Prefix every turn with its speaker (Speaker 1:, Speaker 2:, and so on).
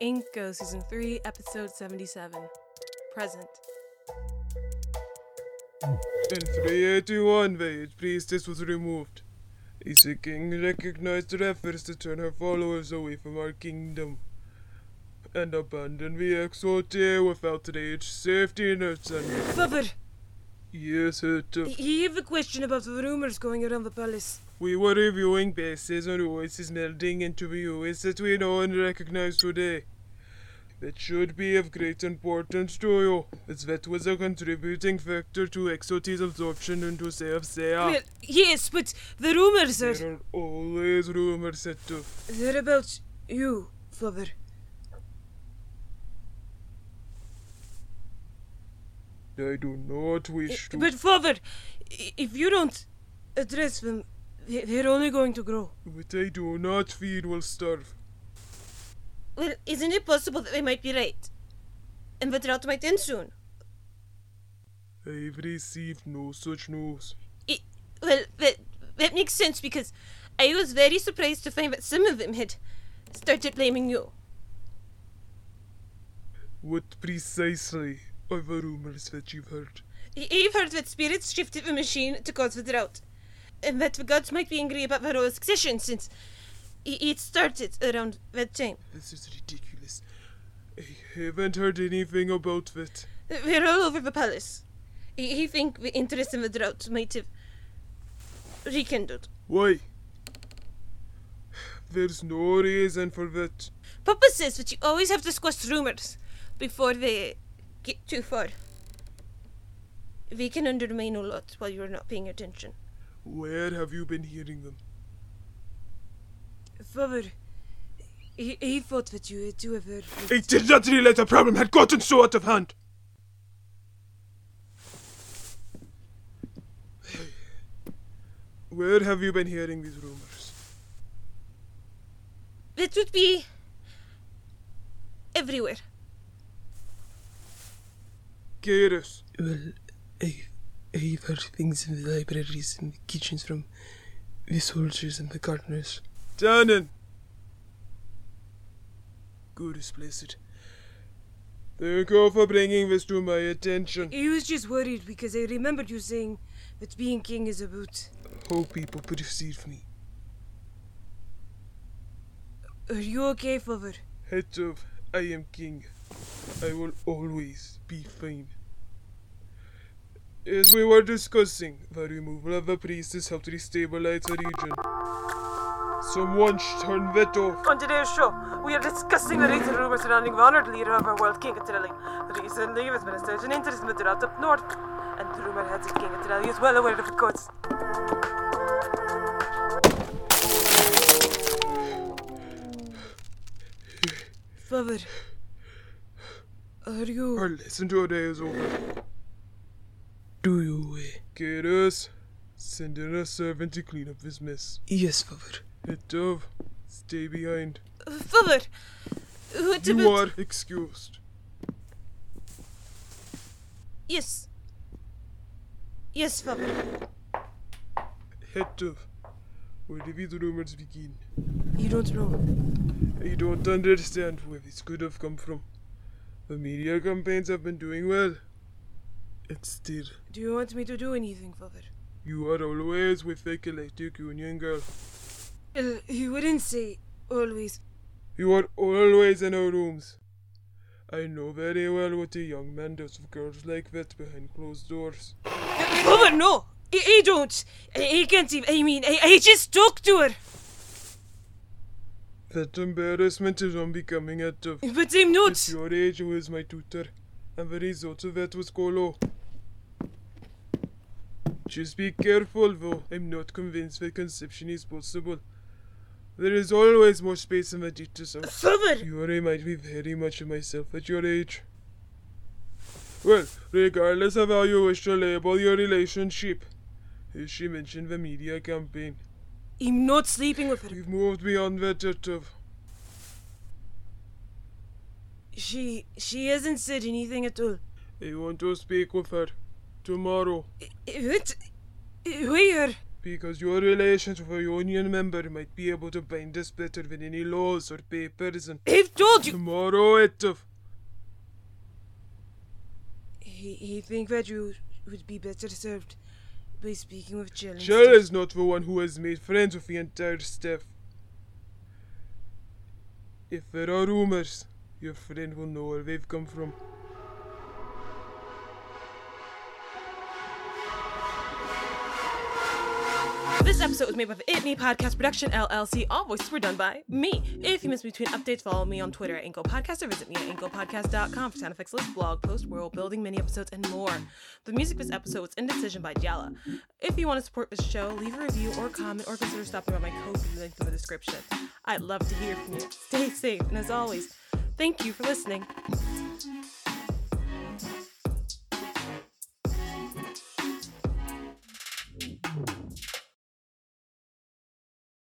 Speaker 1: Inco Season 3, Episode 77. Present.
Speaker 2: In 381, Vage Priestess was removed. Issa King recognized her efforts to turn her followers away from our kingdom and abandoned the Exaltair without their safety nets and
Speaker 1: Father,
Speaker 2: yes, hurt of.
Speaker 1: you have a question about the rumors going around the palace.
Speaker 2: We were reviewing bases and voices melding into the US that we know and recognize today. That should be of great importance to you, as that was a contributing factor to Exote's absorption into CFCA.
Speaker 1: Well, yes, but the rumors are.
Speaker 2: There are always rumors that uh, do.
Speaker 1: They're about you, Father.
Speaker 2: I do not wish
Speaker 3: Eh,
Speaker 2: to.
Speaker 1: But, Father, i- if you don't address them, they- they're only going to grow.
Speaker 2: What I do not feed will starve.
Speaker 3: Well, isn't it possible that they might be right? And that route might end soon.
Speaker 2: I've received no such news.
Speaker 3: It, well, that, that makes sense because I was very surprised to find that some of them had started blaming you.
Speaker 2: What precisely are the rumors that you've heard?
Speaker 3: E, I- I've heard that spirits shifted the machine to cause the drought, and that the gods might be angry about the royal succession since i- it started around that time.
Speaker 2: This is ridiculous. I haven't heard anything about that.
Speaker 3: They're all over the palace. I I think the interest in the drought might have rekindled.
Speaker 2: Why? There's no reason for that.
Speaker 3: Papa says that you always have to squash rumors before they get too far. They can undermine a lot while you're not paying attention.
Speaker 2: Where have you been hearing them?
Speaker 1: Father, he, he thought that you had to have heard.
Speaker 2: I did not realize the problem had gotten so out of hand. Where have you been hearing these rumors?
Speaker 3: That would be everywhere.
Speaker 2: Kyrus. Well, I, I've heard things in the libraries and the kitchens from the soldiers and the gardeners. Tannen! Good is blessed. Thank you for bringing this to my attention.
Speaker 1: He was just worried because I remembered you saying that being king is about.
Speaker 2: How people perceive me.
Speaker 1: Are you okay, Father?
Speaker 2: Head of I am king. I will always be fine. As we were discussing, the removal of the priestess helped restabilize the region. Someone should turn that off.
Speaker 4: On today's show, we are discussing the recent rumors surrounding the honored leader of our world, King Atrilli. Recently, there's been a surge in interest in the drought up north, and the rumor has it King Atrilli is well aware of the courts.
Speaker 1: Father, are you.
Speaker 2: Our lesson today is over. Do you, uh... send in a servant to clean up this mess.
Speaker 5: Yes, Father.
Speaker 2: Head of, stay behind.
Speaker 3: Father, what
Speaker 2: You
Speaker 3: about...
Speaker 2: are excused.
Speaker 3: Yes. Yes, Father.
Speaker 2: Head of, where did these rumors begin?
Speaker 1: You don't know.
Speaker 2: I don't understand where this could have come from. The media campaigns have been doing well. And still,
Speaker 1: Do you want me to do anything, Father?
Speaker 2: you are always with the Galactic Union girl.
Speaker 1: Well, you wouldn't say always.
Speaker 2: You are always in our rooms. I know very well what a young man does with girls like that behind closed doors.
Speaker 1: Father, no! I, I don't! I, I can't even. I mean, I, I just talked to her!
Speaker 2: That embarrassment is unbecoming at of.
Speaker 1: But I'm
Speaker 2: At
Speaker 1: not!
Speaker 2: your age, who is my tutor? And the result of that was Colo. Just be careful, though. I'm not convinced that conception is possible. There is always more space in the dictation.
Speaker 1: Father!
Speaker 2: You remind me very much of myself at your age. Well, regardless of how you wish to label your relationship, as she mentioned the media campaign,
Speaker 1: I'm not sleeping with her.
Speaker 2: we've moved beyond that sort of.
Speaker 1: She. she hasn't said anything at all. Eh,
Speaker 2: I want to speak with her tomorrow.
Speaker 1: What? Where?
Speaker 2: Because your relations with a union member might be able to bind us better than any laws or papers, and
Speaker 1: They've told you.
Speaker 2: tomorrow it of.
Speaker 1: He, he think that you would be better served by speaking with Jill.
Speaker 2: Jill is not the one who has made friends with the entire staff. If there are rumors, your friend will know where they've come from.
Speaker 3: This episode was made by the It Me Podcast Production LLC. All voices were done by me. If you miss between updates, follow me on Twitter at Inco Podcast or visit me at IncoPodcast.com for sound effects, list, blog posts, world building, mini episodes, and more. The music for this episode was Indecision by Jala. If you want to support this show, leave a review or comment or consider stopping by my code link in the description. I'd love to hear from you. Stay safe, and as always, thank you for listening.